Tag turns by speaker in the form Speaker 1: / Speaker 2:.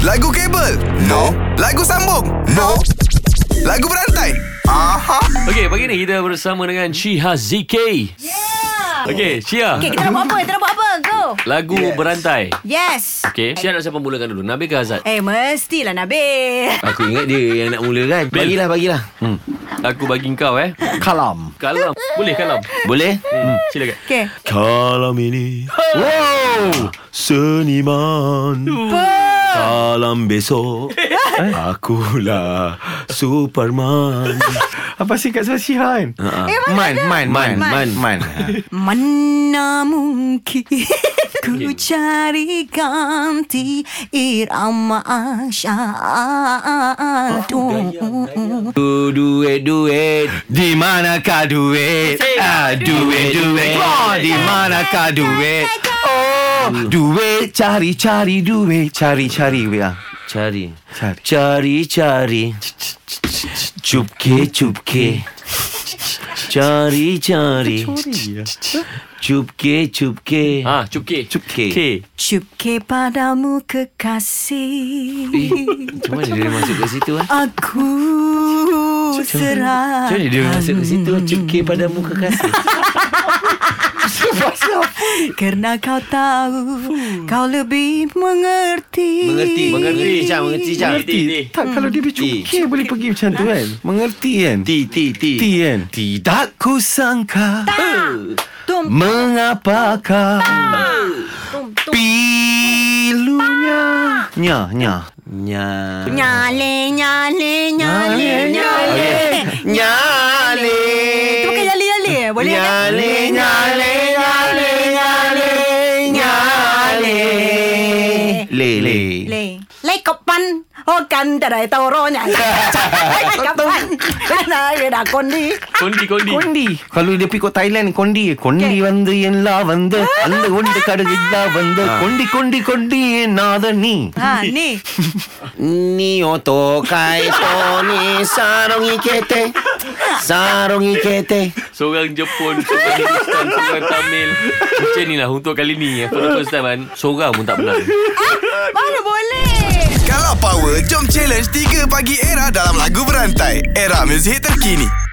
Speaker 1: Lagu kabel? No. Lagu sambung? No. Lagu berantai? Aha.
Speaker 2: Okey, pagi ni kita bersama dengan Shiha ZK.
Speaker 3: Yeah.
Speaker 2: Okey, Shia.
Speaker 3: Okay, kita nak buat apa? Kita nak buat apa? Go.
Speaker 2: Lagu
Speaker 1: Yes.
Speaker 2: berantai.
Speaker 3: Yes.
Speaker 2: Okey, Shia nak siapa mulakan dulu? Nabil ke Azad?
Speaker 3: Eh, mestilah Nabil.
Speaker 4: Aku ingat dia yang nak mula kan
Speaker 2: Bil.
Speaker 4: Bagilah bagilah
Speaker 2: Hmm. Aku bagi kau eh.
Speaker 4: Kalam
Speaker 2: Kalam. Boleh kalam?
Speaker 4: Boleh?
Speaker 2: Hmm. Silakan.
Speaker 3: Okay.
Speaker 5: Kalam ini
Speaker 4: Wow
Speaker 5: seniman Kalam besok
Speaker 4: Eh?
Speaker 5: Akulah Superman Apa sih Kak Sasiha kan?
Speaker 3: Eh,
Speaker 4: Man, man, man,
Speaker 3: Man.
Speaker 4: man, man.
Speaker 3: Mana mungkin ku cari ganti
Speaker 4: Oh,
Speaker 3: irama syahadu.
Speaker 4: Du, duet, duet. Di manakah duet? Ah, duet, duet. Oh, di manakah duet? Oh, duet, cari, cari, duet. Cari, cari, ya. Cari.
Speaker 5: Cari.
Speaker 4: Cari, cari. Cupke, cupke. Cari, cari. Cupke, cupke.
Speaker 2: Ha, cupke.
Speaker 4: Cupke.
Speaker 2: Okey.
Speaker 3: Cupke padamu kekasih.
Speaker 4: Eh, Macam mana dia masuk kat situ eh?
Speaker 3: Aku serah.
Speaker 4: Macam mana dia masuk kat situ Cukir pada muka kasih Ah,
Speaker 3: Kerana kau tahu Kau lebih mengerti
Speaker 4: Mengerti Mengerti Cam Mengerti Cam
Speaker 2: Mengerti.
Speaker 5: Tak kalau dia bercukir Boleh pergi macam tu kan Mengerti kan
Speaker 4: Ti Ti Ti
Speaker 5: Ti kan
Speaker 4: Tidak kusangka
Speaker 3: Tum
Speaker 4: Mengapakah
Speaker 3: tum tum
Speaker 4: Pilunya Nya Nya Nya
Speaker 3: Nyale nyale nyale nyale
Speaker 4: Nyale
Speaker 3: Itu bukan nyale nyale eh? Boleh kan?
Speaker 4: Nyale Nyale Nyale Nyale Nyale Le Le
Speaker 3: Le Le kapan Oh kan tarai toro nyale Le Kan kapan Kana ira kondi
Speaker 2: Kondi, kondi.
Speaker 4: கொண்டி கல்லு டெப்பி கோ தாய்லாந்து கொண்டி கொண்டி வந்து எல்லாம் வந்து அந்த உண்டு கடுகுதா வந்து கொண்டி கொண்டி கொண்டி நாத நீ
Speaker 3: Ha ni
Speaker 4: நீ ஓதோ காய் தோ நீ சாரோங்கி கேட்டே சாரோங்கி கேட்டே
Speaker 2: Seorang Jepun, seorang Hindustan, seorang Tamil. Macam inilah untuk kali ni. Aku dah first time kan. Seorang pun tak benar.
Speaker 3: Mana boleh
Speaker 1: Kalau power, jom challenge 3 pagi era dalam lagu berantai. Era muzik terkini.